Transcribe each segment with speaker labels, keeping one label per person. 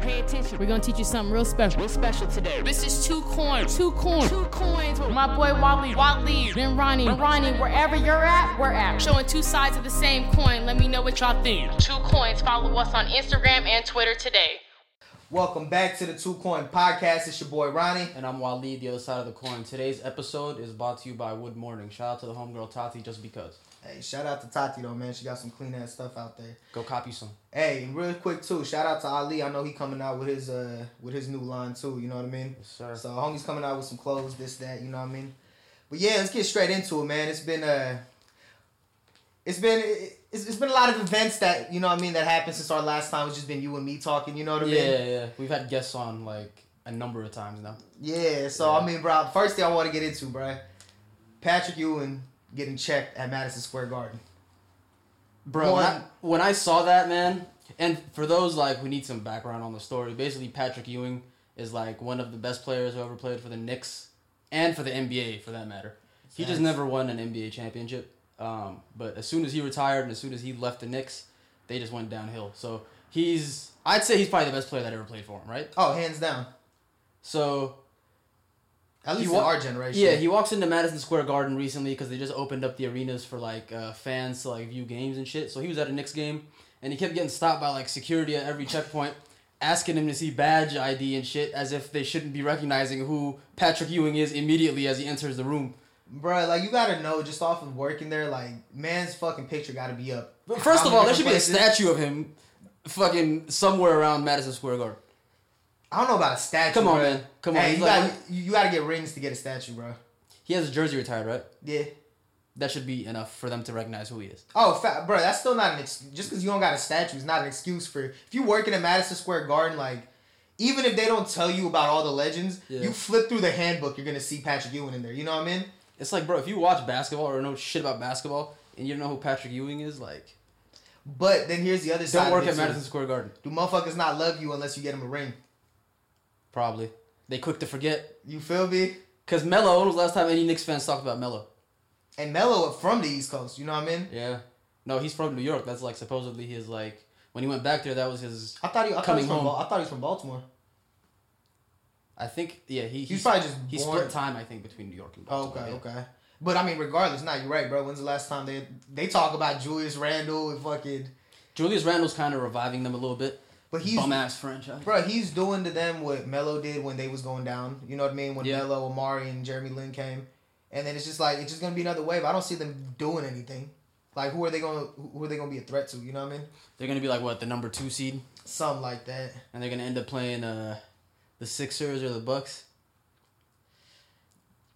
Speaker 1: Pay attention. We're gonna teach you something real special. Real special today. This is two coins. Two coins. Two coins with my boy Wally. Wally. Then Ronnie. And Ronnie, wherever you're at, we're at. Showing two sides of the same coin. Let me know what y'all think. Two coins. Follow us on Instagram and Twitter today.
Speaker 2: Welcome back to the Two Coin Podcast. It's your boy Ronnie.
Speaker 3: And I'm Waleed, the other side of the coin. Today's episode is brought to you by Wood Morning. Shout out to the homegirl Tati, just because.
Speaker 2: Hey, shout out to Tati though, man. She got some clean ass stuff out there.
Speaker 3: Go copy some.
Speaker 2: Hey, and real quick too, shout out to Ali. I know he coming out with his uh with his new line too, you know what I mean?
Speaker 3: Yes, sir.
Speaker 2: So homie's coming out with some clothes, this, that, you know what I mean? But yeah, let's get straight into it, man. It's been uh it's been it's, it's been a lot of events that you know what I mean that happened since our last time. It's just been you and me talking, you know what I
Speaker 3: Yeah,
Speaker 2: mean?
Speaker 3: yeah, yeah. We've had guests on like a number of times now.
Speaker 2: Yeah, so
Speaker 3: Yeah.
Speaker 2: I mean, bro, first thing I want to get into, bro, Patrick Ewing getting checked at Madison Square Garden.
Speaker 3: Bro,
Speaker 2: One-
Speaker 3: when I, when I saw that, man, and for those like who need some background on the story, basically Patrick Ewing is like one of the best players who ever played for the Knicks and for the NBA for that matter. He just
Speaker 2: Facts.
Speaker 3: never won an NBA championship. Um, but as soon as he retired and as soon as he left the Knicks, they just went downhill. So he's, I'd say he's probably the best player that ever played for him, right?
Speaker 2: Oh, hands down.
Speaker 3: So
Speaker 2: At
Speaker 3: He
Speaker 2: least
Speaker 3: wa-
Speaker 2: in our generation.
Speaker 3: yeah, he walks into Madison Square Garden recently because they just opened up the arenas for like uh, fans to like view games and shit. So he was at a Knicks game and he kept getting stopped by like security at every checkpoint, asking him to see badge ID and shit as if they shouldn't be recognizing who Patrick Ewing is immediately as he enters the room.
Speaker 2: Bruh, like you gotta know just off of working there, like man's fucking picture gotta be up.
Speaker 3: But first
Speaker 2: How
Speaker 3: of
Speaker 2: many
Speaker 3: all, there should be a
Speaker 2: places-
Speaker 3: statue of him, fucking somewhere around Madison Square Garden.
Speaker 2: I don't know about a statue.
Speaker 3: Come on,
Speaker 2: bruh.
Speaker 3: man. Come on.
Speaker 2: Hey,
Speaker 3: He's
Speaker 2: you,
Speaker 3: like-
Speaker 2: gotta, you, you gotta get rings to get a statue, bro.
Speaker 3: He has his jersey retired, right?
Speaker 2: Yeah.
Speaker 3: That should be enough for them to recognize who he is.
Speaker 2: Oh, fa- bro, that's still not an ex- just because you don't got a statue is not an excuse for if you working at Madison Square Garden, like even if they don't tell you about all the legends,
Speaker 3: Yeah.
Speaker 2: you flip through the handbook, you're gonna see Patrick Ewing in there. You know what I mean?
Speaker 3: It's like, bro, if you watch basketball or know shit about basketball and you don't know who Patrick Ewing is, like,
Speaker 2: But then here's the other side.
Speaker 3: don't
Speaker 2: of
Speaker 3: work
Speaker 2: it,
Speaker 3: at
Speaker 2: too.
Speaker 3: Madison Square Garden.
Speaker 2: Do motherfuckers not love you unless you get them a ring?
Speaker 3: Probably. They quick to forget.
Speaker 2: You feel me?
Speaker 3: Because Melo, when was the last time any Knicks fans talked about Melo?
Speaker 2: And Melo from the East Coast. You know what I mean?
Speaker 3: Yeah. No, he's from New York. That's like supposedly his, like, when he went back there, that was his.
Speaker 2: I thought he. I thought he
Speaker 3: Coming
Speaker 2: was from.
Speaker 3: home.
Speaker 2: Ba- I thought he was from Baltimore.
Speaker 3: I think, yeah, he,
Speaker 2: He's probably just
Speaker 3: He
Speaker 2: born-
Speaker 3: split time, I think, between New York and
Speaker 2: Oh,
Speaker 3: Baltimore.
Speaker 2: okay,
Speaker 3: yeah.
Speaker 2: okay. But I mean, regardless, nah, you're right, bro. When's the last time they they talk about Julius Randle and fucking?
Speaker 3: Julius Randle's kind of reviving them a little bit.
Speaker 2: But he's
Speaker 3: Bum ass franchise.
Speaker 2: bro. He's doing to them what Melo did when they was going down. You know what I mean? When
Speaker 3: Yeah.
Speaker 2: Melo, Amari, and Jeremy Lin came, and then it's just like it's just gonna be another wave. I don't see them doing anything. Like who are they gonna who are they gonna be a threat to? You know what I mean?
Speaker 3: They're going to be like, what, the number two seed?
Speaker 2: Something like that.
Speaker 3: And they're going to end up playing uh, the Sixers or the Bucks.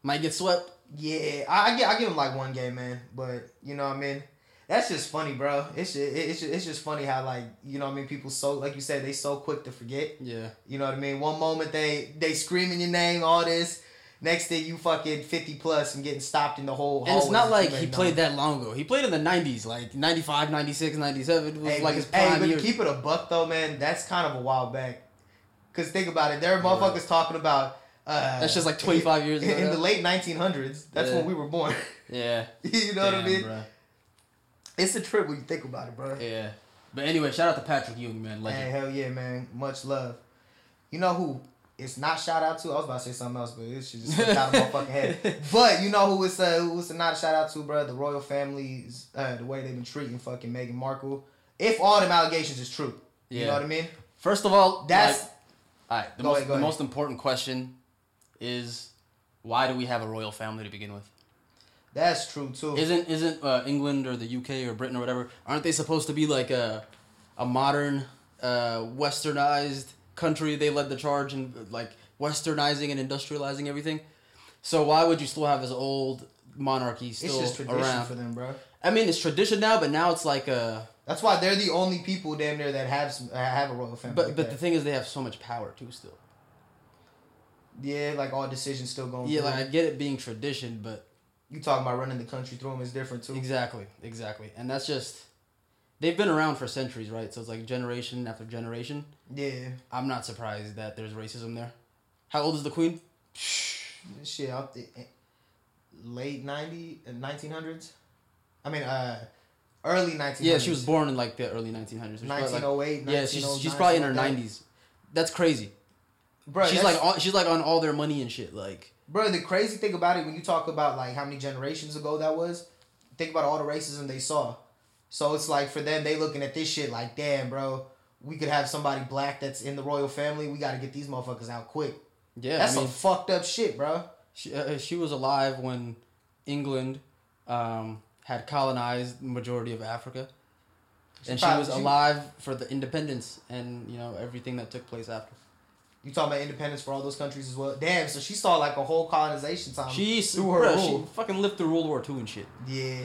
Speaker 3: Might get swept.
Speaker 2: Yeah, I, I give I give him like one game, man. But you know what I mean. That's just funny, bro. It's just, it's just, it's just funny how like you know what I mean. People so like you said they so quick to forget.
Speaker 3: Yeah.
Speaker 2: You know what I mean? One moment they they screaming your name, all this. Next thing you fucking fifty plus and getting stopped in the whole.
Speaker 3: And it's
Speaker 2: hallway
Speaker 3: not
Speaker 2: that
Speaker 3: like
Speaker 2: you
Speaker 3: he
Speaker 2: ain't
Speaker 3: played
Speaker 2: known.
Speaker 3: that long ago. He played in the 90s, like 95, 96, 97 was
Speaker 2: Hey,
Speaker 3: like
Speaker 2: but-
Speaker 3: his
Speaker 2: hey,
Speaker 3: prime
Speaker 2: but
Speaker 3: years.
Speaker 2: keep it a buck though, man. That's kind of a while back. Cause think about it, there are motherfuckers talking about. Uh,
Speaker 3: That's just like 25 years
Speaker 2: in,
Speaker 3: ago
Speaker 2: in
Speaker 3: now.
Speaker 2: the late 1900s. That's
Speaker 3: Yeah.
Speaker 2: when we were born.
Speaker 3: Yeah.
Speaker 2: you know what I
Speaker 3: Damn,
Speaker 2: mean?
Speaker 3: bruh.
Speaker 2: It's a trip when you think about it, bro.
Speaker 3: Yeah. But anyway, shout out to Patrick Ewing, man. Legend.
Speaker 2: Hey, hell yeah, man. Much love. You know who it's not shout out to? I was about to say something else, but it should just slipped out of my fucking head. But you know who it's uh who it's not a shout out to, bro? The royal families, uh, the way they've been treating fucking Meghan Markle. If all them allegations is true. You
Speaker 3: Yeah.
Speaker 2: know what I mean?
Speaker 3: First of all,
Speaker 2: That's
Speaker 3: like- all right. The,
Speaker 2: Go
Speaker 3: most,
Speaker 2: ahead, go
Speaker 3: the
Speaker 2: ahead.
Speaker 3: most important question is why do we have a royal family to begin with?
Speaker 2: that's true too.
Speaker 3: Isn't isn't uh, England or the UK or Britain or whatever? Aren't they supposed to be like a a modern, uh, westernized country? They led the charge in like westernizing and industrializing everything. So why would you still have this old monarchy
Speaker 2: it's
Speaker 3: still
Speaker 2: just tradition
Speaker 3: around?
Speaker 2: for them, bro.
Speaker 3: I mean, it's tradition now, but now it's like a.
Speaker 2: That's why they're the only people damn near that have some, uh, have a royal family.
Speaker 3: But
Speaker 2: like
Speaker 3: but
Speaker 2: that.
Speaker 3: the thing is, they have so much power too still.
Speaker 2: yeah, like all decisions still going.
Speaker 3: Yeah,
Speaker 2: through
Speaker 3: like I
Speaker 2: them.
Speaker 3: get it being tradition, but
Speaker 2: you talking about running the country through them is different too.
Speaker 3: exactly, exactly, and that's just they've been around for centuries, right? So it's like generation after generation.
Speaker 2: Yeah,
Speaker 3: I'm not surprised that there's racism there. How old is the queen?
Speaker 2: shit, I, th- late 90, uh, 1900s? I mean, uh, early 1900s.
Speaker 3: Yeah, she was born in like the early 1900s. She's probably, like-
Speaker 2: 1908,
Speaker 3: yeah, she's she's
Speaker 2: 1909,
Speaker 3: probably in her
Speaker 2: something like that.
Speaker 3: 90s. That's crazy.
Speaker 2: bro.
Speaker 3: she's like on, she's like on all their money and shit. Like
Speaker 2: bro. The crazy thing about it, when you talk about like how many generations ago that was, think about all the racism they saw. So it's like for them, they looking at this shit like, damn, bro, we could have somebody black that's in the royal family. We got to get these motherfuckers out quick.
Speaker 3: yeah,
Speaker 2: That's
Speaker 3: I mean,
Speaker 2: some fucked up shit, bro.
Speaker 3: she, uh, she was alive when England um, had colonized the majority of Africa, and she
Speaker 2: probably-
Speaker 3: was
Speaker 2: she-
Speaker 3: alive for the independence and you know everything that took place after.
Speaker 2: You talking about independence for all those countries as well? Damn, so she saw like a whole colonization time.
Speaker 3: She
Speaker 2: Um, through her
Speaker 3: bruh,
Speaker 2: rule.
Speaker 3: she fucking lived through World War Two and shit.
Speaker 2: Yeah,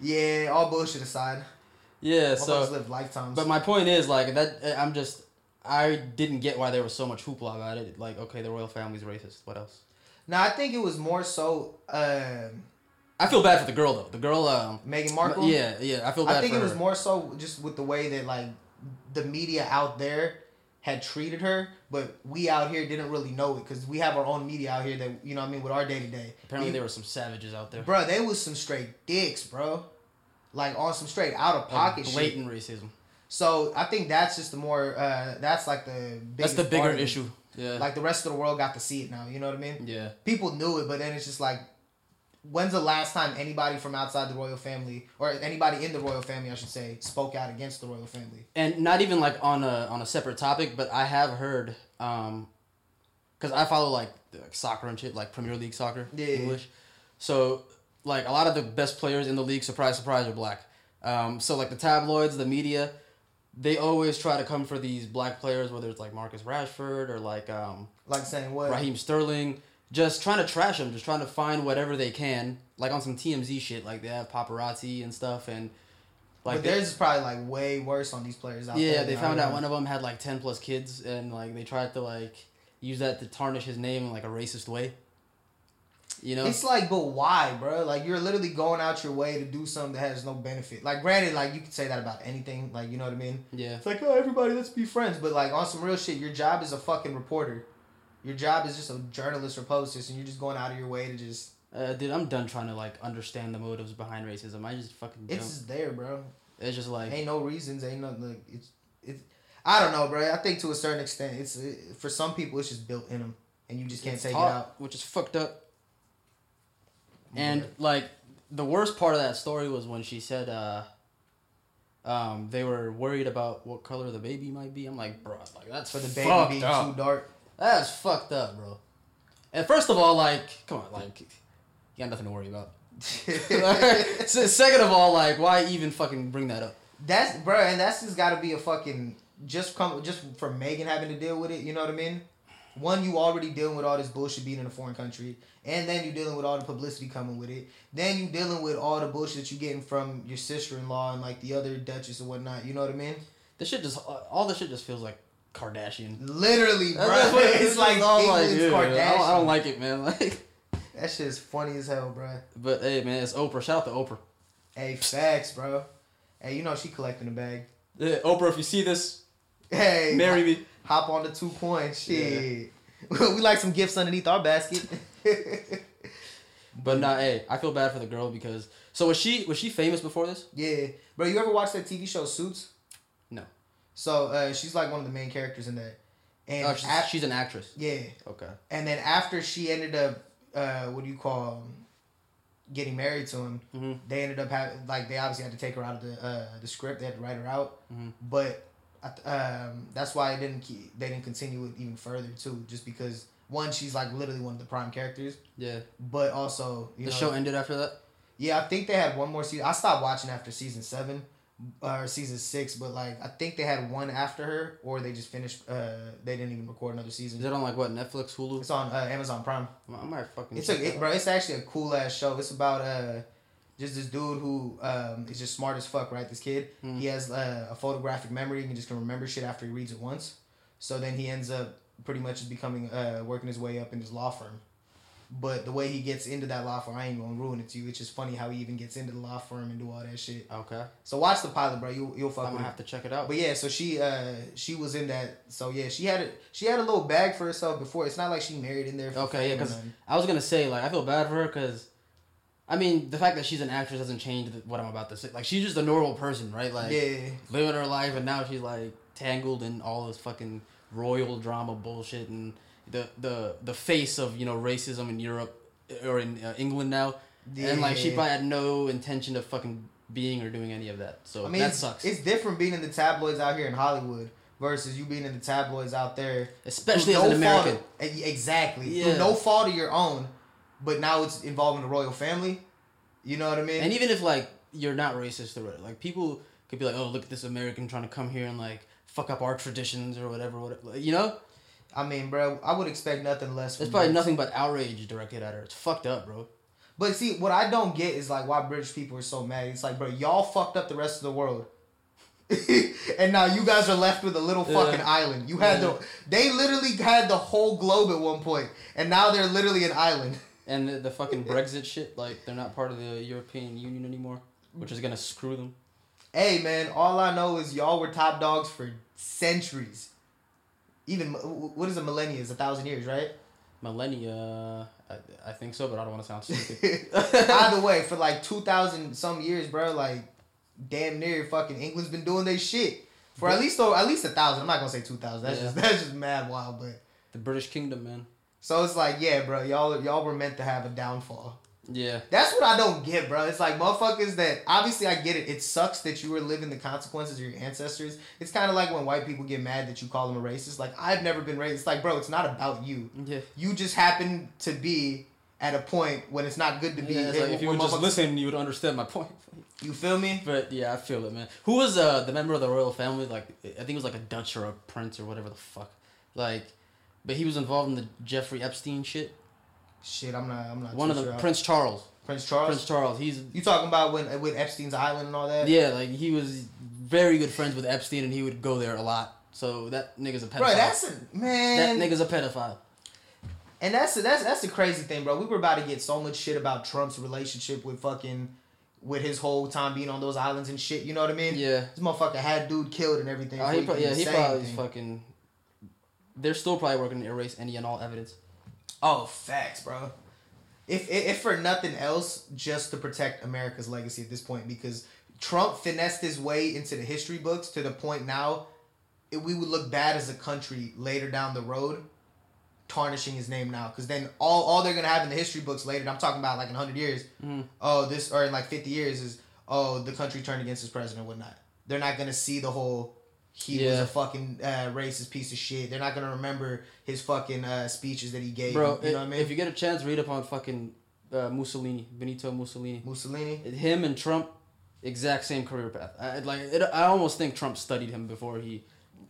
Speaker 2: yeah. All bullshit aside,
Speaker 3: yeah,
Speaker 2: motherfuckers
Speaker 3: so
Speaker 2: live lifetimes.
Speaker 3: But my point is, like that, uh, I'm just, I didn't get why there was so much hoopla about it. Like, okay, the royal family's racist. What else?
Speaker 2: now I think it was more so um,
Speaker 3: I feel bad for the girl though. The girl, um,
Speaker 2: Meghan Markle.
Speaker 3: yeah, yeah, I feel bad.
Speaker 2: I think
Speaker 3: for
Speaker 2: it was
Speaker 3: her.
Speaker 2: more so just with the way that like the media out there had treated her, but we out here didn't really know it because we have our own media out here that you know what I mean with our day to day.
Speaker 3: Apparently, there were some savages out there.
Speaker 2: bro, they was some straight dicks, bro. Like on some straight out of
Speaker 3: Like,
Speaker 2: pocket shit.
Speaker 3: blatant racism.
Speaker 2: So I think that's just the more uh, that's like the
Speaker 3: That's
Speaker 2: biggest
Speaker 3: the bigger
Speaker 2: part of it.
Speaker 3: issue. Mm. Yeah.
Speaker 2: Like the rest of the world got to see it now. You know what I mean?
Speaker 3: yeah.
Speaker 2: People knew it, but then it's just like, when's the last time anybody from outside the royal family or anybody in the royal family, I should say, spoke out against the royal family?
Speaker 3: and not even like on a on a separate topic, but I have heard um, because I follow like the- like, soccer and shit, like Premier League soccer,
Speaker 2: Yeah.
Speaker 3: English. So like a lot of the best players in the league, surprise, surprise, are black. Um, so like the tabloids, the media, they always try to come for these black players, whether it's like Marcus Rashford or like um,
Speaker 2: Like saying what?
Speaker 3: Raheem Sterling, just trying to trash them, just trying to find whatever they can, like on some TMZ shit, like they have paparazzi and stuff, and like
Speaker 2: but
Speaker 3: they-
Speaker 2: theirs is probably like way worse on these players out there.
Speaker 3: yeah, they
Speaker 2: than
Speaker 3: found
Speaker 2: our
Speaker 3: out
Speaker 2: own.
Speaker 3: one of them had like ten plus kids, and like they tried to like use that to tarnish his name in like a racist way. You know,
Speaker 2: It's like, but why, bro? Like you're literally going out your way to do something that has no benefit. Like, granted, like you can say that about anything. Like, you know what I mean?
Speaker 3: yeah,
Speaker 2: It's like, oh, everybody, let's be friends. But like on some real shit, your job is a fucking reporter. Your job is just a journalist or publicist, and you're just going out of your way to just.
Speaker 3: uh, dude, I'm done trying to like understand the motives behind racism. I just fucking don't.
Speaker 2: It's just there, bro.
Speaker 3: It's just like
Speaker 2: Ain't no reasons. Ain't nothing. Like, it's it's. I don't know, bro. I think to a certain extent, it's uh for some people, it's just built in them, and you just can't
Speaker 3: it's
Speaker 2: take
Speaker 3: taught,
Speaker 2: it out.
Speaker 3: which is fucked up. And like the worst part of that story was when she said, uh, um, they were worried about what color the baby might be. I'm like, bro, like that's
Speaker 2: For the baby
Speaker 3: fucked
Speaker 2: being
Speaker 3: up.
Speaker 2: too dark.
Speaker 3: That's fucked up, bro. And first of all, like, come on, like, you got nothing to worry about. Se- Second of all, like, why even fucking bring that up?
Speaker 2: That's bro, and that's just got to be a fucking just come just for Megan having to deal with it. You know what I mean? One, you already dealing with all this bullshit being in a foreign country, and then you dealing with all the publicity coming with it. Then you dealing with all the bullshit that you getting from your sister in law and like the other duchess and whatnot. You know what I mean?
Speaker 3: This shit just, all this shit just feels like Kardashian.
Speaker 2: Literally, bro.
Speaker 3: That's what-
Speaker 2: it's
Speaker 3: just
Speaker 2: like
Speaker 3: all
Speaker 2: England's
Speaker 3: yeah,
Speaker 2: Kardashian.
Speaker 3: I don't, I don't like it, man. Like,
Speaker 2: that shit is funny as hell, bro.
Speaker 3: but hey, man, it's Oprah. Shout out to Oprah.
Speaker 2: Hey, facts, bro. Hey, you know she collecting the bag.
Speaker 3: Yeah, Oprah, if you see this,
Speaker 2: Hey,
Speaker 3: marry me.
Speaker 2: hop on the two coin shit. we like some gifts underneath our basket.
Speaker 3: But nah, hey, I feel bad for the girl because. So was she was she famous before this?
Speaker 2: yeah, bro. You ever watch that TV show Suits?
Speaker 3: No.
Speaker 2: So uh, she's like one of the main characters in that, and
Speaker 3: Oh, she's,
Speaker 2: af-
Speaker 3: she's an actress.
Speaker 2: yeah,
Speaker 3: Okay.
Speaker 2: and then after she ended up, uh, what do you call, um, getting married to him?
Speaker 3: Mhm.
Speaker 2: They ended up having like they obviously had to take her out of the uh, the script. They had to write her out,
Speaker 3: Mhm.
Speaker 2: but I th- um, that's why it didn't keep, they didn't continue it even further too, just because one she's like literally one of the prime characters,
Speaker 3: Yeah.
Speaker 2: but also you
Speaker 3: the
Speaker 2: know,
Speaker 3: show ended after that.
Speaker 2: Yeah, I think they had one more season. I stopped watching after season seven or season six, but like I think they had one after her, or they just finished. Uh, they didn't even record another
Speaker 3: Is
Speaker 2: season.
Speaker 3: it on like what Netflix, Hulu?
Speaker 2: It's on uh, Amazon Prime.
Speaker 3: I might fucking.
Speaker 2: It's
Speaker 3: check
Speaker 2: a
Speaker 3: that
Speaker 2: it,
Speaker 3: out.
Speaker 2: bro. It's actually a cool ass show. It's about uh, just this dude who um is just smart as fuck, right? This kid.
Speaker 3: Mm.
Speaker 2: He has uh, a photographic memory and he just can remember shit after he reads it once. So then he ends up pretty much just becoming uh working his way up in his law firm. But the way he gets into that law firm, I ain't gonna ruin it to you. It's just funny how he even gets into the law firm and do all that shit.
Speaker 3: Okay.
Speaker 2: So watch the pilot, bro. You you'll
Speaker 3: I'm
Speaker 2: fuck
Speaker 3: gonna
Speaker 2: with
Speaker 3: have
Speaker 2: it.
Speaker 3: to check it out.
Speaker 2: But yeah, so she uh she was in that. So yeah, she had a she had a little bag for herself before. It's not like she married in there. For
Speaker 3: Okay,
Speaker 2: fame
Speaker 3: yeah,
Speaker 2: or
Speaker 3: because
Speaker 2: nothing.
Speaker 3: I was gonna say like I feel bad for her because, I mean, the fact that she's an actress doesn't change th- what I'm about to say. Like she's just a normal person, right? Like
Speaker 2: yeah,
Speaker 3: living her life, and now she's like tangled in all this fucking royal drama bullshit and the the the face of you know racism in Europe or in uh, England now. And like she
Speaker 2: Yeah.
Speaker 3: probably had no intention of fucking being or doing any of that. So
Speaker 2: I mean,
Speaker 3: that
Speaker 2: it's,
Speaker 3: sucks.
Speaker 2: it's different being in the tabloids out here in Hollywood versus you being in the tabloids out there,
Speaker 3: Especially
Speaker 2: who
Speaker 3: as an
Speaker 2: fault
Speaker 3: American.
Speaker 2: of- e- exactly.
Speaker 3: Yeah.
Speaker 2: Through no fault of your own, but now it's involving the royal family. You know what I mean?
Speaker 3: And even if like you're not racist or whatever, like people could be like, "Oh, look at this American trying to come here and like fuck up our traditions or whatever." Whatever, like, you know?
Speaker 2: I mean, bro, I would expect nothing less.
Speaker 3: There's
Speaker 2: From
Speaker 3: probably
Speaker 2: you.
Speaker 3: nothing but outrage directed at her. It's fucked up, bro.
Speaker 2: But see, what I don't get is like why British people are so mad. It's like, bro, y'all fucked up the rest of the world. and now you guys are left with a little
Speaker 3: Yeah.
Speaker 2: fucking island. You had
Speaker 3: Yeah.
Speaker 2: the they literally had the whole globe at one point, and now they're literally an island.
Speaker 3: And the, the fucking Brexit shit, like they're not part of the European Union anymore, which is gonna screw them.
Speaker 2: Hey man, all I know is y'all were top dogs for centuries. Even what is a millennia? Is a thousand years, right?
Speaker 3: Millennia, I, I think so, but I don't want to sound stupid.
Speaker 2: Either way, for like two thousand some years, bro, like damn near fucking England's been doing their shit for at least oh, at least a thousand. I'm not gonna say two thousand. That's
Speaker 3: Yeah.
Speaker 2: just that's just mad wild. But
Speaker 3: the British Kingdom, man.
Speaker 2: so it's like, yeah, bro, y'all y'all were meant to have a downfall.
Speaker 3: Yeah,
Speaker 2: That's what I don't get, bro. It's like motherfuckers that obviously I get it. It sucks that you were living the consequences of your ancestors. It's kind of like when white people get mad that you call them a racist. Like I've never been racist. It's like, bro, it's not about you.
Speaker 3: yeah.
Speaker 2: You just happen to be at a point when it's not good to be.
Speaker 3: Yeah, it's like, if you
Speaker 2: when
Speaker 3: would just
Speaker 2: motherfuckers-
Speaker 3: listen, you would understand my point.
Speaker 2: you feel me?
Speaker 3: But yeah, I feel it, man. Who was uh, the member of the royal family? Like, I think it was like a Dutch or a prince or whatever the fuck. Like, but he was involved in the Jeffrey Epstein shit.
Speaker 2: Shit, I'm not. I'm not.
Speaker 3: One
Speaker 2: too
Speaker 3: of the
Speaker 2: sure.
Speaker 3: Prince Charles.
Speaker 2: Prince Charles.
Speaker 3: Prince Charles. He's
Speaker 2: You talking about when with Epstein's island and all that?
Speaker 3: yeah, like he was very good friends with Epstein, and he would go there a lot. So that nigga's a pedophile.
Speaker 2: Bro, that's a
Speaker 3: that
Speaker 2: man.
Speaker 3: nigga's a pedophile.
Speaker 2: And that's a, that's that's the crazy thing, bro. We were about to get so much shit about Trump's relationship with fucking with his whole time being on those islands and shit. You know what I mean?
Speaker 3: Yeah.
Speaker 2: This motherfucker had dude killed and everything.
Speaker 3: Oh,
Speaker 2: before
Speaker 3: he
Speaker 2: he
Speaker 3: pro-
Speaker 2: could
Speaker 3: yeah, he
Speaker 2: say
Speaker 3: probably
Speaker 2: anything.
Speaker 3: fucking. They're still probably working to erase any and all evidence.
Speaker 2: Oh, facts, bro. If, if if for nothing else, just to protect America's legacy at this point, because Trump finessed his way into the history books to the point now, it, we would look bad as a country later down the road, tarnishing his name now. Because then all all they're gonna have in the history books later, and I'm talking about like in hundred years, oh this or in like fifty years is oh the country turned against his president and whatnot. They're not gonna see the whole he was
Speaker 3: Yeah.
Speaker 2: a fucking uh, racist piece of shit. They're not gonna remember his fucking uh, speeches that he gave.
Speaker 3: Bro,
Speaker 2: you know what I mean?
Speaker 3: if you get a chance, read up on fucking uh, Mussolini, Benito Mussolini.
Speaker 2: Mussolini.
Speaker 3: him and Trump, exact same career path. I, like it, I almost think Trump studied him before he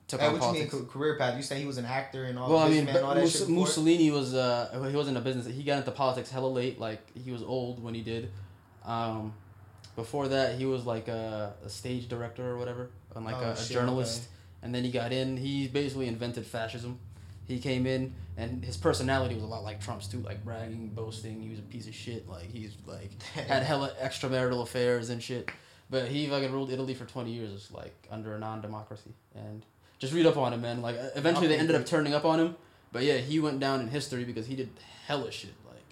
Speaker 3: took
Speaker 2: Hey,
Speaker 3: on
Speaker 2: what you mean ca-
Speaker 3: politics.
Speaker 2: career path? You say he was an actor and all.
Speaker 3: well, I mean,
Speaker 2: businessman
Speaker 3: but
Speaker 2: and all that
Speaker 3: Mus-
Speaker 2: shit before?
Speaker 3: Mussolini was uh, well, he wasn't a business. He got into politics hella late. Like he was old when he did. Um, before that, he was like a, a stage director or whatever, and like
Speaker 2: Oh,
Speaker 3: a, a
Speaker 2: shit,
Speaker 3: journalist.
Speaker 2: okay.
Speaker 3: And then he got in. He basically invented fascism. He came in, and his personality was a lot like Trump's too, like bragging, boasting. He was a piece of shit. Like he's like had hella extramarital affairs and shit. But he fucking ruled Italy for twenty years, like under a non-democracy. And just read up on him, man. Like eventually they ended up turning up on him. But yeah, he went down in history because he did hella shit. Like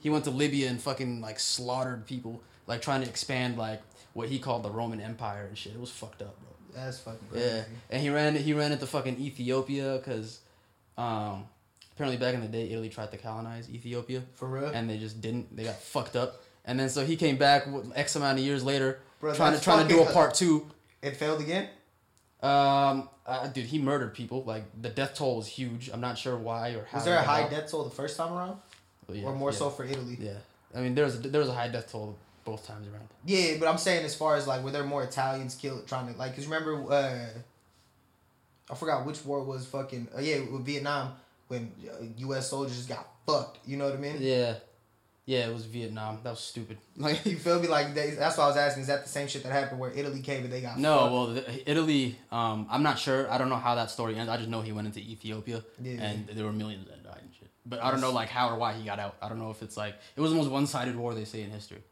Speaker 3: he went to Libya and fucking like slaughtered people, like trying to expand like what he called the Roman Empire and shit. It was fucked up, bro.
Speaker 2: That's fucking crazy.
Speaker 3: Yeah, and he ran he ran into fucking Ethiopia because um, apparently back in the day Italy tried to colonize Ethiopia
Speaker 2: For real,
Speaker 3: and they just didn't. They got fucked up, and then so he came back with X amount of years later
Speaker 2: Bro,
Speaker 3: trying to
Speaker 2: that's
Speaker 3: trying to do a
Speaker 2: fucking-
Speaker 3: part two.
Speaker 2: it failed again.
Speaker 3: Um, uh, dude, he murdered people. Like the death toll was huge. I'm not sure why or how.
Speaker 2: Was there a
Speaker 3: or
Speaker 2: high
Speaker 3: how.
Speaker 2: death toll the first time around,
Speaker 3: But yeah,
Speaker 2: or more
Speaker 3: yeah,
Speaker 2: so for Italy? Yeah.
Speaker 3: Yeah, I mean there was a, there was a high death toll both times around.
Speaker 2: but I'm saying as far as like were there more Italians killed trying to like? Cause remember, uh, I forgot which war it was fucking. Uh, yeah, with Vietnam when uh, U.S. soldiers just got fucked. You know what I mean?
Speaker 3: Yeah, yeah, it was Vietnam. That was stupid. Like
Speaker 2: You feel me? Like they, that's why I was asking. Is that the same shit that happened where Italy came and they got
Speaker 3: No,
Speaker 2: fucked?
Speaker 3: well, the- Italy. Um, I'm not sure. I don't know how that story ends. I just know he went into Ethiopia,
Speaker 2: Yeah.
Speaker 3: and there were millions that died and shit. But I don't know like how or why he got out. I don't know if it's like it was the most one-sided war they say in history.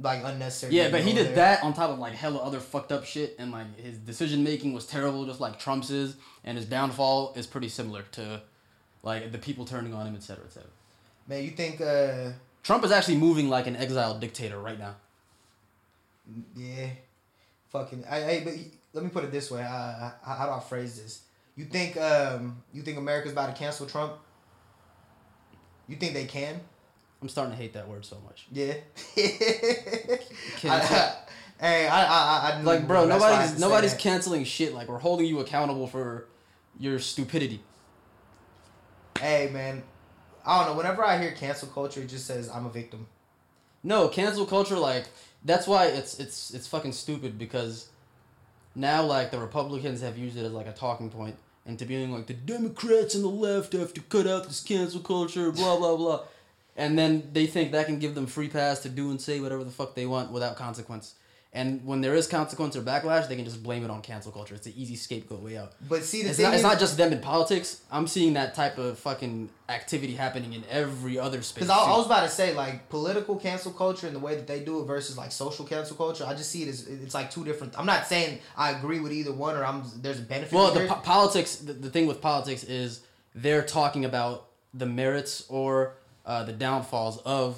Speaker 2: like unnecessary.
Speaker 3: Yeah, but he
Speaker 2: over
Speaker 3: did
Speaker 2: there.
Speaker 3: that on top of like hella other fucked up shit, and like his decision making was terrible, just like Trump's is, and his downfall is pretty similar to, like the people turning on him, et cetera, et cetera.
Speaker 2: Man, you think? uh
Speaker 3: Trump is actually moving like an exiled dictator right now.
Speaker 2: Yeah, fucking. I, I but let me put it this way. Uh, how, how do I phrase this? You think um you think America's about to cancel Trump? You think they can?
Speaker 3: I'm starting to hate that word so much.
Speaker 2: Yeah. I- hey, I I I, I knew
Speaker 3: Like,
Speaker 2: you
Speaker 3: bro,
Speaker 2: were. Mm, That's why I had
Speaker 3: nobody's
Speaker 2: to say
Speaker 3: nobody's
Speaker 2: that.
Speaker 3: canceling shit. Like, we're holding you accountable for your stupidity.
Speaker 2: Hey man, I don't know. Whenever I hear cancel culture, it just says I'm a victim.
Speaker 3: No, cancel culture. Like, that's why it's it's it's fucking stupid because now like the Republicans have used it as like a talking point and to being like the Democrats and the left have to cut out this cancel culture, blah blah blah, and then they think that can give them free pass to do and say whatever the fuck they want without consequence. And when there is consequence or backlash, they can just blame it on cancel culture. It's the easy scapegoat way out.
Speaker 2: But see, the
Speaker 3: It's
Speaker 2: thing
Speaker 3: not,
Speaker 2: is,
Speaker 3: it's not just them in politics. I'm seeing that type of fucking activity happening in every other space.
Speaker 2: Because I, I
Speaker 3: too.
Speaker 2: was about to say, like, political cancel culture and the way that they do it versus, like, social cancel culture, I just see it as it's like two different. I'm not saying I agree with either one or I'm there's a benefit.
Speaker 3: Well,
Speaker 2: either.
Speaker 3: the po- politics. The, the thing with politics is they're talking about the merits or uh, the downfalls of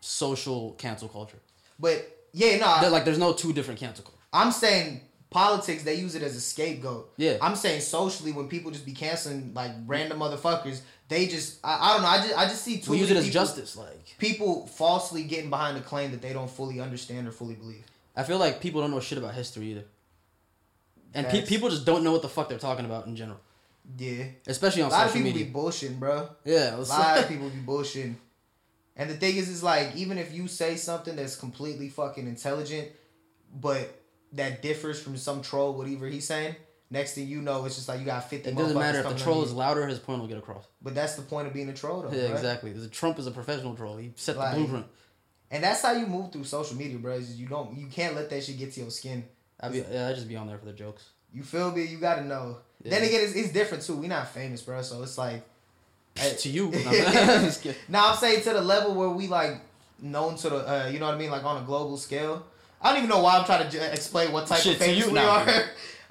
Speaker 3: social cancel culture.
Speaker 2: but yeah, no,
Speaker 3: They're like, there's no two different cancel culture.
Speaker 2: I'm saying politics, they use it as a scapegoat.
Speaker 3: Yeah.
Speaker 2: I'm saying socially, when people just be canceling, like, random motherfuckers, they just, I, I don't know, I just, I just see too
Speaker 3: We use it
Speaker 2: many
Speaker 3: as
Speaker 2: people,
Speaker 3: justice. Like,
Speaker 2: people falsely getting behind a claim that they don't fully understand or fully believe.
Speaker 3: I feel like people don't know shit about history either, and pe-
Speaker 2: That's-
Speaker 3: people just don't know what the fuck they're talking about in general,
Speaker 2: Yeah.
Speaker 3: especially on
Speaker 2: A lot of
Speaker 3: social
Speaker 2: people
Speaker 3: media.
Speaker 2: be bullshitting, bro.
Speaker 3: yeah, it's
Speaker 2: A lot
Speaker 3: like-
Speaker 2: of people be bullshitting. And the thing is, is like even if you say something that's completely fucking intelligent, but that differs from some troll, whatever he's saying. Next thing you know, it's just like you got fifty.
Speaker 3: it doesn't matter if the troll is
Speaker 2: Loud.
Speaker 3: louder; his point will get across.
Speaker 2: But that's the point of being a troll, though.
Speaker 3: Yeah,
Speaker 2: bruh.
Speaker 3: exactly. The Trump is a professional troll. He set
Speaker 2: Like-
Speaker 3: the blueprint.
Speaker 2: And that's how you move through social media, bro. Is you don't, you can't let that shit get to your skin.
Speaker 3: I'd be, yeah, I'd just be on there for the jokes.
Speaker 2: You feel me? You gotta know. Then
Speaker 3: Yeah.
Speaker 2: again, it's, it's different too. We not famous, bro. So it's like, Hey.
Speaker 3: to you, I'm just kidding.
Speaker 2: Now I'm saying to the level where we like known to the, uh, you know what I mean, like on a global scale. I don't even know why I'm trying to j- explain what type
Speaker 3: Shit,
Speaker 2: of
Speaker 3: to
Speaker 2: famous
Speaker 3: you
Speaker 2: we
Speaker 3: now.
Speaker 2: are.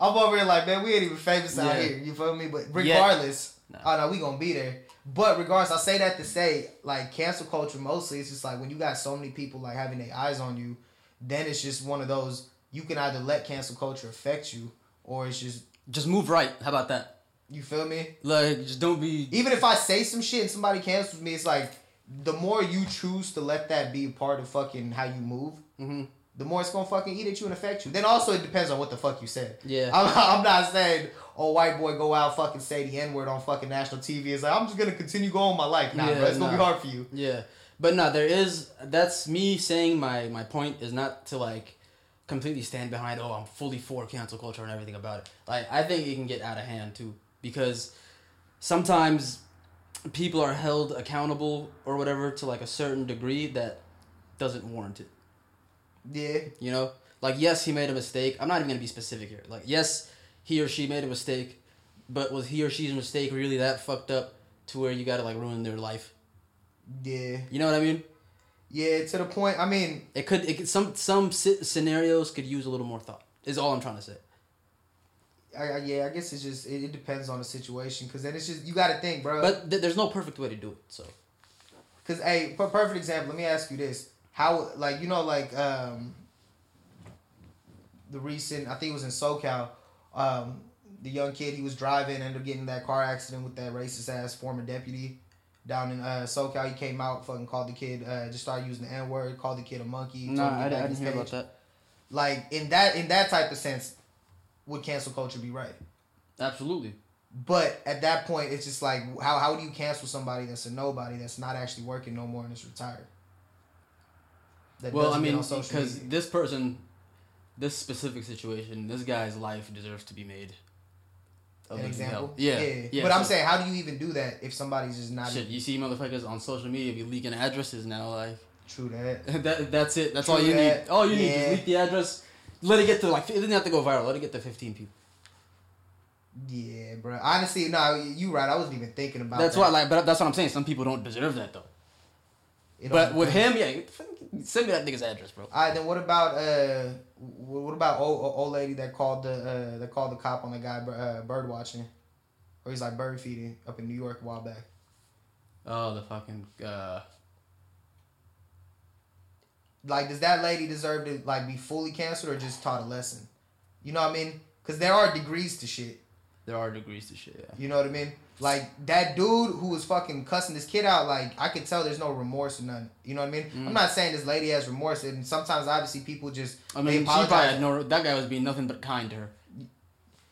Speaker 2: I'm over here like, man, we ain't even famous out
Speaker 3: Yeah.
Speaker 2: here. You feel me? But regardless,
Speaker 3: Nah.
Speaker 2: oh no, we gonna be there. But regardless, I say that to say like cancel culture mostly. It's just like when you got so many people like having their eyes on you, then it's just one of those. You can either let cancel culture affect you, or it's just
Speaker 3: Just move right. How about that?
Speaker 2: you feel me.
Speaker 3: Like, just don't be.
Speaker 2: even if I say some shit and somebody cancels me, it's like the more you choose to let that be part of fucking how you move,
Speaker 3: Mm-hmm.
Speaker 2: the more it's gonna fucking eat at you and affect you. Then also it depends on what the fuck you said.
Speaker 3: Yeah.
Speaker 2: I'm, I'm not saying oh white boy go out fucking say the n word on fucking national TV. It's like I'm just gonna continue going my life now,
Speaker 3: Yeah,
Speaker 2: bro. It's gonna be
Speaker 3: nah.
Speaker 2: hard for you.
Speaker 3: Yeah, but no, there is. That's me saying my my point is not to like completely stand behind. Oh, I'm fully for cancel culture and everything about it. Like, I think it can get out of hand too because sometimes people are held accountable or whatever to like a certain degree that doesn't warrant it.
Speaker 2: Yeah.
Speaker 3: You know, like yes, he made a mistake. I'm not even gonna be specific here. Like yes, he or she made a mistake, but was he or she's mistake really that fucked up to where you gotta like ruin their life?
Speaker 2: Yeah.
Speaker 3: You know what I mean?
Speaker 2: Yeah, to the point I mean,
Speaker 3: It could. It could some some sce- scenarios could use a little more thought. Is all I'm trying to say.
Speaker 2: I, I, yeah, I guess it's just it, it depends on the situation because then it's just you got to think, bro.
Speaker 3: But th- there's no perfect way to do it. So
Speaker 2: Cause hey, per- perfect example. Let me ask you this: How like you know like um the recent I think it was in SoCal, um the young kid he was driving ended up getting in that car accident with that racist ass former deputy down in uh, SoCal. He came out fucking called the kid uh, just started using the N word, called the kid a monkey. told him to get back in his cage.
Speaker 3: that.
Speaker 2: Like in that in that type of sense, would cancel culture be right?
Speaker 3: Absolutely.
Speaker 2: But at that point, it's just like how how do you cancel somebody that's a nobody that's not actually working no more and is retired? That
Speaker 3: Well, I
Speaker 2: doesn't get
Speaker 3: mean,
Speaker 2: on social
Speaker 3: because
Speaker 2: media.
Speaker 3: this person, this specific situation, this guy's life deserves to be made. a
Speaker 2: an
Speaker 3: living
Speaker 2: example.
Speaker 3: hell. Yeah. Yeah.
Speaker 2: But I'm
Speaker 3: so-
Speaker 2: saying, how do you even do that if somebody's just not
Speaker 3: Shit, you see motherfuckers on social media be leaking addresses now, like
Speaker 2: true that?
Speaker 3: that that's it. That's
Speaker 2: True
Speaker 3: all you
Speaker 2: that.
Speaker 3: need. All you need
Speaker 2: Yeah.
Speaker 3: is leak the address. Let it get to like it doesn't have to go viral. Let it get to fifteen people.
Speaker 2: Yeah, bro. Honestly, no, you right. I wasn't even thinking about.
Speaker 3: that's
Speaker 2: that.
Speaker 3: why like but that's what I'm saying. Some people don't deserve that though.
Speaker 2: It
Speaker 3: But
Speaker 2: don't-
Speaker 3: with him, yeah, send me that nigga's address, bro.
Speaker 2: All right, then what about uh, wh- what about old, old lady that called the uh, that called the cop on the guy uh, bird watching, or he's like bird feeding up in New York a while back.
Speaker 3: Oh the fucking uh
Speaker 2: like does that lady deserve to like be fully canceled or just taught a lesson you know what i mean because there are degrees to shit
Speaker 3: There are degrees to shit. Yeah.
Speaker 2: You know what I mean? Like that dude who was fucking cussing this kid out, like I could tell there's no remorse or none. You know what I mean?
Speaker 3: Mm.
Speaker 2: I'm not saying this lady has remorse, and sometimes obviously people just they
Speaker 3: I mean, she probably
Speaker 2: apologize.
Speaker 3: had no. That guy was being nothing but kind to her,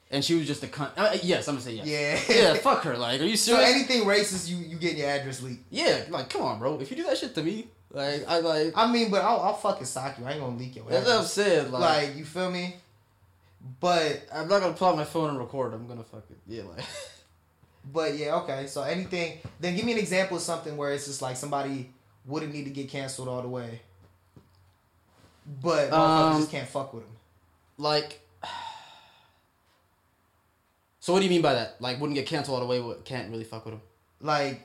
Speaker 3: and she was just a cunt. Uh, yes, I'm gonna say yes.
Speaker 2: Yeah.
Speaker 3: yeah, fuck her. Like, are you
Speaker 2: so
Speaker 3: serious?
Speaker 2: anything racist, you you get your address leaked.
Speaker 3: yeah, like come on, bro. If you do that shit to me, like I like.
Speaker 2: I mean, but I'll, I'll fucking sock you. I ain't gonna leak your
Speaker 3: That's what I'm
Speaker 2: address.
Speaker 3: saying. Like,
Speaker 2: Like you feel me? But
Speaker 3: I'm not gonna pull out my phone and record. I'm gonna fuck it. Yeah, like
Speaker 2: But yeah, okay. So anything, then give me an example of something where it's just like somebody wouldn't need to get canceled all the way, but motherfuckers
Speaker 3: Um,
Speaker 2: just can't fuck with them.
Speaker 3: like. So what do you mean by that? Like, wouldn't get canceled all the way. What can't really fuck with him.
Speaker 2: Like,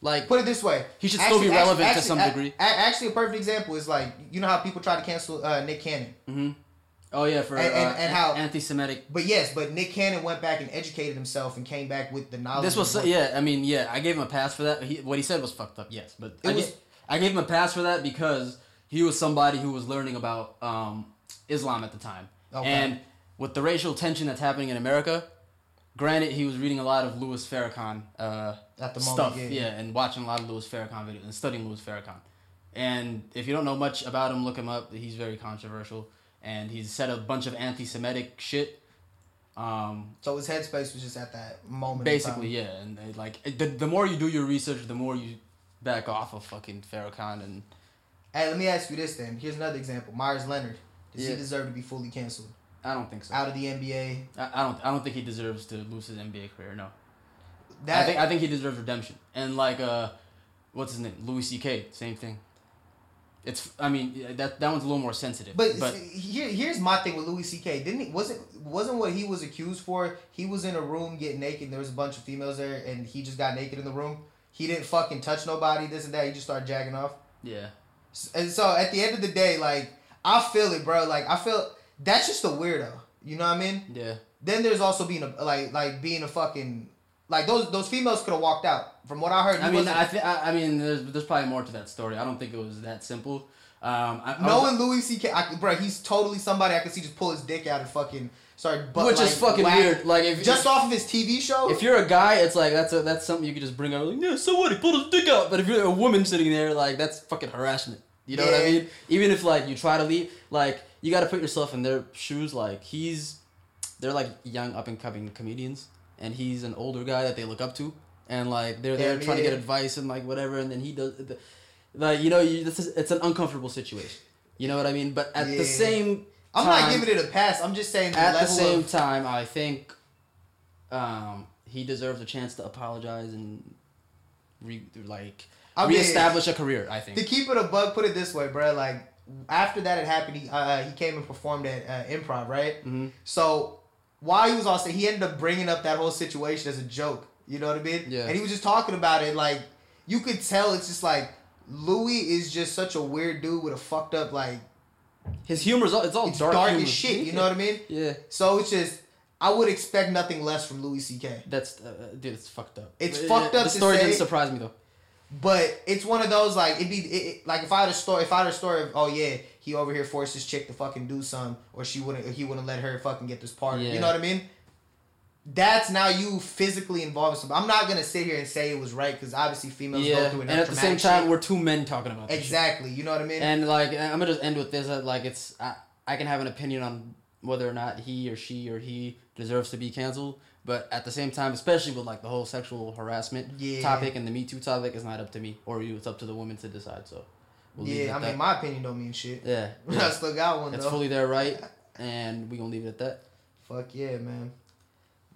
Speaker 3: Like,
Speaker 2: put it this way,
Speaker 3: He should still be relevant to some
Speaker 2: a-
Speaker 3: degree.
Speaker 2: a- actually, a perfect example is like you know how people try to cancel uh, Nick Cannon,
Speaker 3: Mm-hmm. oh yeah, for
Speaker 2: And- and-
Speaker 3: uh,
Speaker 2: and
Speaker 3: an-
Speaker 2: how-
Speaker 3: anti-Semitic.
Speaker 2: but yes, but Nick Cannon went back and educated himself and came back with the knowledge.
Speaker 3: This
Speaker 2: of
Speaker 3: was so-
Speaker 2: what-
Speaker 3: yeah. I mean yeah, I gave him a pass for that. He, what he said was fucked up. Yes, but I,
Speaker 2: was-
Speaker 3: ga- I gave him a pass for that because he was somebody who was learning about um, Islam at the time,
Speaker 2: Okay.
Speaker 3: and with the racial tension that's happening in America. Granted, he was reading a lot of Louis Farrakhan uh,
Speaker 2: At the moment,
Speaker 3: stuff,
Speaker 2: yeah.
Speaker 3: and watching a lot of Louis Farrakhan videos and studying Louis Farrakhan. And if you don't know much about him, look him up. He's very controversial, and he's said a bunch of anti-Semitic shit. Um,
Speaker 2: So his headspace was just at that moment. in
Speaker 3: Basically,
Speaker 2: time.
Speaker 3: yeah, and they, like it- the, the more you do your research, the more you back off of fucking Farrakhan and
Speaker 2: Hey, let me ask you this then. Here's another example: Myers Leonard. Does
Speaker 3: Yeah.
Speaker 2: he deserve to be fully canceled
Speaker 3: I don't think so. I,
Speaker 2: out of the NBA?
Speaker 3: I don't I don't think he deserves to lose his NBA career. No,
Speaker 2: That
Speaker 3: I think I think he deserves redemption. And like uh, what's his name? Louis C.K. Same thing. It's I mean yeah, that that one's a little more sensitive.
Speaker 2: But,
Speaker 3: But,
Speaker 2: s here, here's my thing with Louis C.K. Didn't he, wasn't wasn't what he was accused for? He was in a room getting naked. There was a bunch of females there, and he just got naked in the room. He didn't fucking touch nobody. This and that. He just started jacking off.
Speaker 3: yeah,
Speaker 2: S- And so at the end of the day, like I feel it, bro. Like I feel that's just a weirdo. You know what I mean?
Speaker 3: yeah,
Speaker 2: Then there's also being a like like being a fucking like those those females could have walked out. From what I heard, he
Speaker 3: I mean
Speaker 2: wasn't-
Speaker 3: I, th- I I mean there's there's probably more to that story. I don't think it was that simple. Um, I, I was-
Speaker 2: Knowing Louis C.K., I, could- bro, he's totally somebody I could see just pull his dick out and fucking start. But,
Speaker 3: which is fucking weird. Like if
Speaker 2: Just off of his TV show,
Speaker 3: If you're a guy, it's like that's a, that's something you could just bring up. Like, yeah, so what? He pulled his dick out. But if you're a woman sitting there, like that's fucking harassment. You know what I
Speaker 2: Yeah.
Speaker 3: mean? Even if like you try to leave, like you got to put yourself in their shoes. Like he's, they're like young up and coming comedians, and he's an older guy that they look up to, and like they're there
Speaker 2: Yeah,
Speaker 3: trying to get
Speaker 2: yeah.
Speaker 3: advice and like whatever, and then he does, the, like you know, you this is it's an uncomfortable situation. You know what I mean? But at
Speaker 2: Yeah.
Speaker 3: the same,
Speaker 2: I'm
Speaker 3: time-
Speaker 2: not giving it a pass. I'm just saying the
Speaker 3: at the
Speaker 2: level
Speaker 3: same
Speaker 2: of
Speaker 3: time, I think um, he deserves a chance to apologize and re- like
Speaker 2: I mean,
Speaker 3: reestablish a career. I think.
Speaker 2: to keep it above. Put it this way, bro. Like after that had happened, he uh, he came and performed at uh, improv, right? Mm-hmm. So while he was on stage, he ended up bringing up that whole situation as a joke. You know what I mean?
Speaker 3: Yeah.
Speaker 2: And he was just talking about it, like you could tell. It's just like Louis is just such a weird dude with a fucked up like
Speaker 3: His humor's all, it's all
Speaker 2: it's
Speaker 3: dark,
Speaker 2: dark,
Speaker 3: humor.
Speaker 2: as shit. You know what I mean?
Speaker 3: Yeah,
Speaker 2: So it's just I would expect nothing less from Louis C.K.
Speaker 3: that's uh, dude. It's fucked up.
Speaker 2: It's
Speaker 3: Uh,
Speaker 2: fucked up to
Speaker 3: The story
Speaker 2: say-
Speaker 3: didn't surprise me though.
Speaker 2: But it's one of those like it'd be it, it- like if I had a story, if I had a story of oh yeah, he over here forced his chick to fucking do some, or she wouldn't, or he wouldn't let her fucking get this party.
Speaker 3: Yeah.
Speaker 2: You know what I mean? That's now you physically involved in something. I'm not gonna sit here and say it was right because obviously females
Speaker 3: Yeah,
Speaker 2: go through
Speaker 3: and
Speaker 2: enough
Speaker 3: at the same
Speaker 2: traumatic
Speaker 3: time,
Speaker 2: shit.
Speaker 3: we're two men talking about this shit.
Speaker 2: exactly. You know what I mean?
Speaker 3: And like I'm gonna just end with this. uh, Like it's I, I can have an opinion on whether or not he or she or he deserves to be canceled, but at the same time, especially with like the whole sexual harassment
Speaker 2: Yeah.
Speaker 3: topic and the Me Too topic, it's not up to me or you. It's up to the woman to decide. So we'll leave it
Speaker 2: yeah, I
Speaker 3: at
Speaker 2: mean,
Speaker 3: that.
Speaker 2: my opinion don't mean shit.
Speaker 3: yeah,
Speaker 2: I
Speaker 3: yeah.
Speaker 2: still got one
Speaker 3: it's
Speaker 2: though.
Speaker 3: fully their right, and we gonna leave it at that.
Speaker 2: Fuck yeah, man.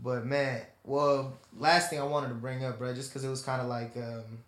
Speaker 2: But man, well, last thing I wanted to bring up, bro, just because it was kind of like, um,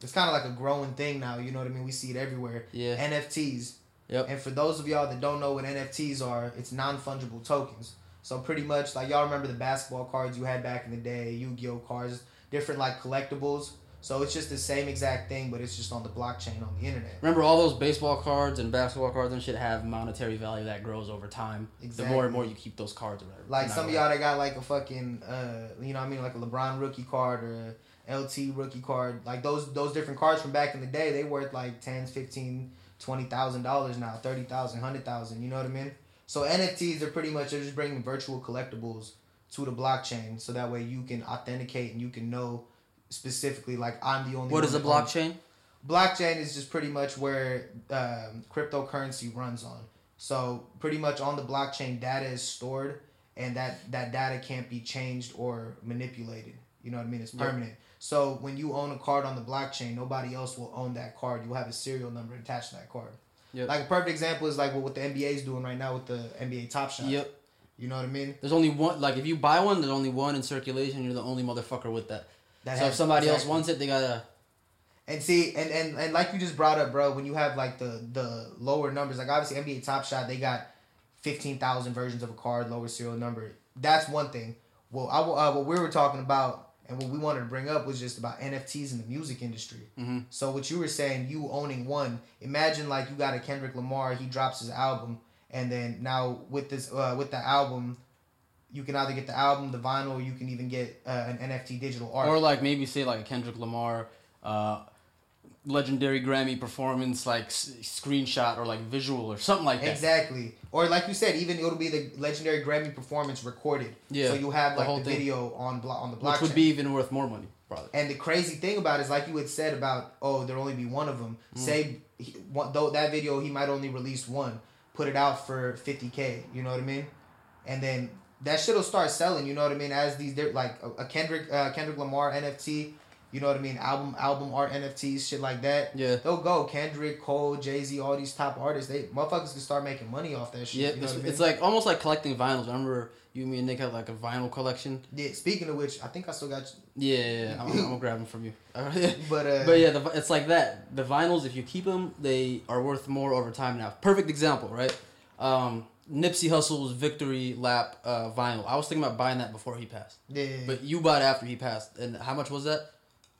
Speaker 2: it's kind of like a growing thing now. You know what I mean? We see it everywhere.
Speaker 3: Yeah.
Speaker 2: NFTs.
Speaker 3: Yep.
Speaker 2: And for those of y'all that don't know what NFTs are, it's non fungible tokens. So pretty much, like y'all remember the basketball cards you had back in the day, Yu-Gi-Oh cards, different like collectibles. So it's just the same exact thing, but it's just on the blockchain on the internet.
Speaker 3: Remember, all those baseball cards and basketball cards and shit have monetary value that grows over time. The more
Speaker 2: Exactly.
Speaker 3: and more you keep those cards or whatever.
Speaker 2: Like
Speaker 3: Not
Speaker 2: some of
Speaker 3: whatever.
Speaker 2: y'all that got like a fucking uh you know what I mean like a LeBron rookie card or a LT rookie card. Like those those different cards from back in the day, they worth like tens, fifteen, twenty thousand dollars now, thirty thousand, hundred thousand, you know what I mean? So NFTs are pretty much they're just bringing virtual collectibles to the blockchain, so that way you can authenticate and you can know specifically like I'm the only.
Speaker 3: What
Speaker 2: one
Speaker 3: is a
Speaker 2: that owns-
Speaker 3: blockchain?
Speaker 2: blockchain is just pretty much where um, cryptocurrency runs on. So pretty much on the blockchain, data is stored, and that that data can't be changed or manipulated. You know what I mean? It's
Speaker 3: Yeah.
Speaker 2: permanent. So when you own a card on the blockchain, nobody else will own that card. You will have a serial number attached to that card.
Speaker 3: Yep.
Speaker 2: Like a perfect example is like what the NBA is doing right now with the NBA Top Shot.
Speaker 3: Yep.
Speaker 2: You know what I mean?
Speaker 3: There's only one. Like if you buy one, there's only one in circulation. You're the only motherfucker with that.
Speaker 2: That
Speaker 3: so if
Speaker 2: has-
Speaker 3: somebody else
Speaker 2: exactly.
Speaker 3: wants it, they gotta.
Speaker 2: And see, and, and and like you just brought up, bro, when you have like the the lower numbers, like obviously NBA Top Shot, they got fifteen thousand versions of a card, lower serial number. That's one thing. Well, I will- uh, what we were talking about and what we wanted to bring up was just about NFTs in the music industry. So what you were saying, you owning one. Imagine like you got a Kendrick Lamar, he drops his album, and then now with this uh, with the album, you can either get the album, the vinyl, or you can even get uh, an NFT digital art.
Speaker 3: Or like maybe say like a Kendrick Lamar, uh, legendary Grammy performance like s- screenshot or like visual or something like that.
Speaker 2: Exactly. Or like you said, even it'll be the legendary Grammy performance recorded.
Speaker 3: Yeah,
Speaker 2: So you have
Speaker 3: the
Speaker 2: like
Speaker 3: whole
Speaker 2: the,
Speaker 3: thing.
Speaker 2: video on blo- on the blockchain.
Speaker 3: Which would be even worth more money, probably.
Speaker 2: And the crazy thing about it is, like you had said about, oh, there'll only be one of them.
Speaker 3: Mm.
Speaker 2: Say, he, one, though that video he might only release one. Put it out for fifty k. You know what I mean? And then that shit'll start selling. You know what I mean? As these, they're like a, a Kendrick uh, Kendrick Lamar NFT. You know what I mean? Album album art NFTs, shit like that.
Speaker 3: Yeah.
Speaker 2: They'll go Kendrick, Cole, Jay Z, all these top artists. They motherfuckers can start making money off that shit.
Speaker 3: Yeah,
Speaker 2: you know
Speaker 3: it's,
Speaker 2: what I mean?
Speaker 3: it's like almost like collecting vinyls. Remember you, me, and Nick had like a vinyl collection.
Speaker 2: Yeah, speaking of which, I think I still got. you-
Speaker 3: Yeah, yeah, yeah. I'm, I'm gonna grab them from you.
Speaker 2: But uh,
Speaker 3: But yeah, the, vi- it's like that. The vinyls, if you keep them, they are worth more over time now. Perfect example, right? Um, Nipsey Hussle's Victory Lap uh, vinyl. I was thinking about buying that before he passed,
Speaker 2: yeah, yeah, yeah.
Speaker 3: but you bought it after he passed. And how much was that?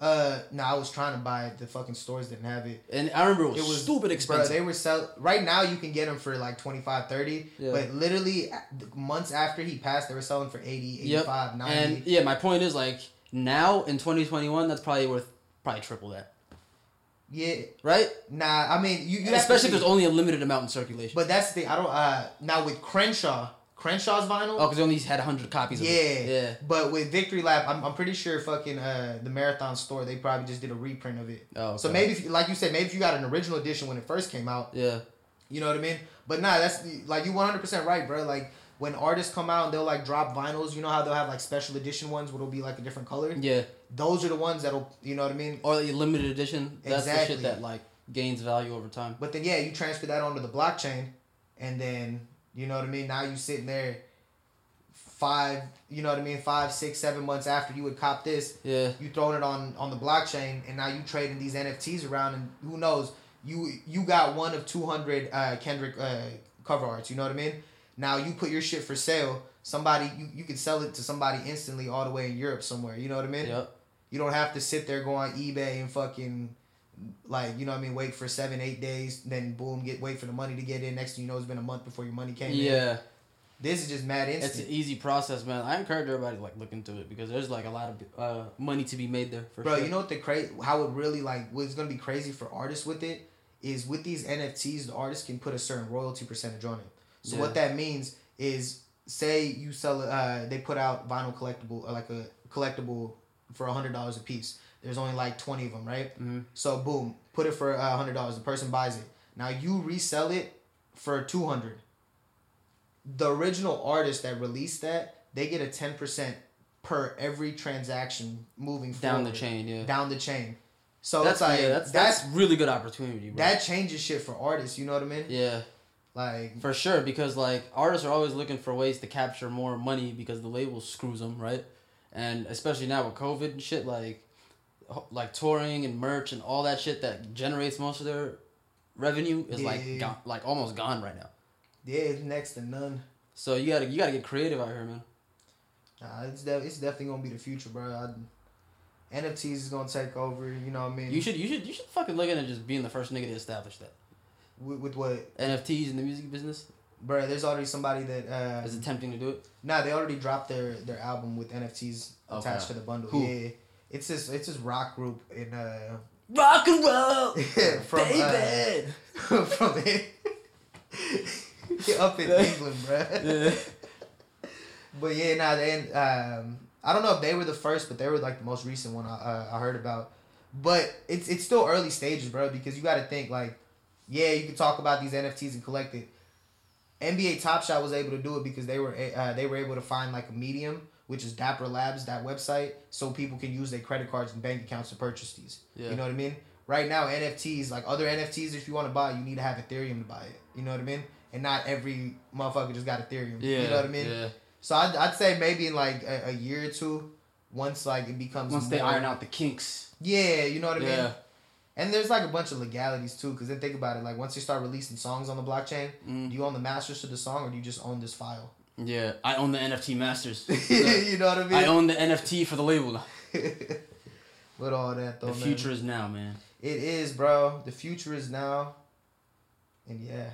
Speaker 2: uh, no, I was trying to buy it. The fucking stores didn't have it.
Speaker 3: And I remember it was,
Speaker 2: It was
Speaker 3: stupid expensive.
Speaker 2: Bro, they were sell right now. You can get them for like 25 30
Speaker 3: Yeah.
Speaker 2: but literally a- months after he passed, they were selling for 80
Speaker 3: Yep.
Speaker 2: 85 90
Speaker 3: And yeah, my point is like now in 2021, that's probably worth probably triple that,
Speaker 2: Yeah,
Speaker 3: right?
Speaker 2: nah. I mean, you, you have to
Speaker 3: Especially if
Speaker 2: see.
Speaker 3: there's only a limited amount in circulation.
Speaker 2: But that's the thing. I don't. Uh, now with Crenshaw, Crenshaw's vinyl.
Speaker 3: Oh, because they only had 100 copies of
Speaker 2: Yeah.
Speaker 3: it. Yeah.
Speaker 2: But with Victory Lap, I'm, I'm pretty sure fucking uh, the Marathon store, they probably just did a reprint of it.
Speaker 3: Oh,
Speaker 2: So
Speaker 3: okay.
Speaker 2: maybe, if, you- like you said, maybe if you got an original edition when it first came out,
Speaker 3: Yeah.
Speaker 2: you know what I mean? But nah, that's like you 100% right, bro. Like when artists come out and they'll like drop vinyls, you know how they'll have like special edition ones where it'll be like a different color?
Speaker 3: Yeah.
Speaker 2: Those are the ones that'll, you know what I mean?
Speaker 3: Or the limited edition. That's the
Speaker 2: Exactly.
Speaker 3: shit that like gains value over time.
Speaker 2: But then yeah, you transfer that onto the blockchain, and then you know what I mean. Now you sitting there, five, you know what I mean, five, six, seven months after you would cop this.
Speaker 3: Yeah.
Speaker 2: You throwing it on on the blockchain, and now you trading these NFTs around, and who knows? You you got one of two hundred uh, Kendrick uh, cover arts. You know what I mean. Now you put your shit for sale. Somebody you you can sell it to somebody instantly all the way in Europe somewhere. You know what I mean.
Speaker 3: Yep.
Speaker 2: You don't have to sit there go on eBay and fucking like you know what I mean, wait for seven, eight days, then boom, get wait for the money to get in. Next thing you know, it's been a month before your money came in.
Speaker 3: Yeah.
Speaker 2: This is just mad
Speaker 3: It's an
Speaker 2: instant.
Speaker 3: easy process, man. I encourage everybody to like look into it because there's like a lot of uh, money to be made there for
Speaker 2: Bro,
Speaker 3: sure.
Speaker 2: you know what the crazy how it really like what's gonna be crazy for artists with it is with these NFTs, the artist can put a certain royalty percentage on it. So what that means is say you sell uh they put out vinyl collectible or like a collectible for a hundred dollars a piece. There's only like twenty of them, right?
Speaker 3: Mm-hmm.
Speaker 2: So boom, put it for a hundred dollars. The person buys it. Now you resell it for two hundred. The original artist that released that they get a ten percent per every transaction moving
Speaker 3: Down the
Speaker 2: forward.
Speaker 3: chain, yeah.
Speaker 2: Down the chain. So it's
Speaker 3: that's
Speaker 2: like
Speaker 3: yeah, that's,
Speaker 2: that's,
Speaker 3: that's really good opportunity, bro.
Speaker 2: that changes shit for artists. You know what I mean?
Speaker 3: yeah,
Speaker 2: Like
Speaker 3: for sure. Because like artists are always looking for ways to capture more money because the label screws them, right? And especially now with COVID and shit, like ho- like touring and merch and all that shit that generates most of their revenue is like
Speaker 2: Yeah.
Speaker 3: gone, like almost gone right now.
Speaker 2: yeah, it's next to none.
Speaker 3: So you gotta you gotta get creative out here, man.
Speaker 2: Nah, it's de- it's definitely gonna be the future, bro. I, NFTs is gonna take over. You know what I mean?
Speaker 3: You should you should you should fucking look into just being the first nigga to establish that.
Speaker 2: with, with what,
Speaker 3: NFTs in the music business
Speaker 2: bro? There's already somebody that uh,
Speaker 3: is attempting to do it.
Speaker 2: Nah, they already dropped their their album with NFTs attached to
Speaker 3: Okay.
Speaker 2: the bundle.
Speaker 3: Who?
Speaker 2: Yeah, it's this it's this rock group in uh
Speaker 3: Rock and roll,
Speaker 2: From, uh,
Speaker 3: baby.
Speaker 2: from up in England, bruh.
Speaker 3: Yeah.
Speaker 2: But yeah, nah, then um, I don't know if they were the first, but they were like the most recent one I, uh, I heard about. But it's it's still early stages, bro, because you got to think like, yeah, you can talk about these NFTs and collect it. NBA Top Shot was able to do it because they were a- uh, they were able to find like a medium, which is Dapper Labs that website, so people can use their credit cards and bank accounts to purchase these.
Speaker 3: Yeah.
Speaker 2: You know what I mean? Right now, NFTs like other NFTs, if you want to buy, you need to have Ethereum to buy it. You know what I mean? And not every motherfucker just got Ethereum.
Speaker 3: Yeah.
Speaker 2: You know what I mean?
Speaker 3: Yeah.
Speaker 2: So I'd, I'd say maybe in like a, a year or two, once like it becomes
Speaker 3: Once they
Speaker 2: more-
Speaker 3: iron out the kinks.
Speaker 2: Yeah, you know what I mean.
Speaker 3: Yeah.
Speaker 2: And there's like a bunch of legalities too, because then think about it. Like once you start releasing songs on the blockchain,
Speaker 3: Mm.
Speaker 2: do you own the masters to the song or do you just own this file?
Speaker 3: Yeah. I own the NFT masters.
Speaker 2: you know what I mean.
Speaker 3: I own the NFT for the label.
Speaker 2: With all that though,
Speaker 3: The
Speaker 2: Oh, man.
Speaker 3: future is now, man.
Speaker 2: It is, bro. The future is now. And yeah,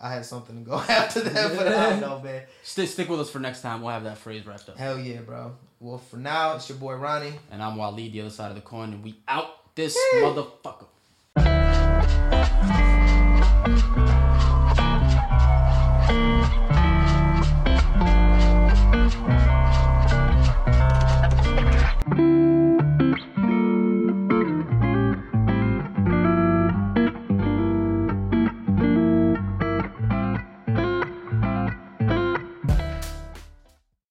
Speaker 2: I had something to go after that, but I don't know, man.
Speaker 3: Stick stick with us for next time. We'll have that phrase wrapped up.
Speaker 2: Hell yeah, bro. Well, for now, it's your boy Ronnie.
Speaker 3: And I'm Waleed, the other side of the coin, and we out this motherfucker.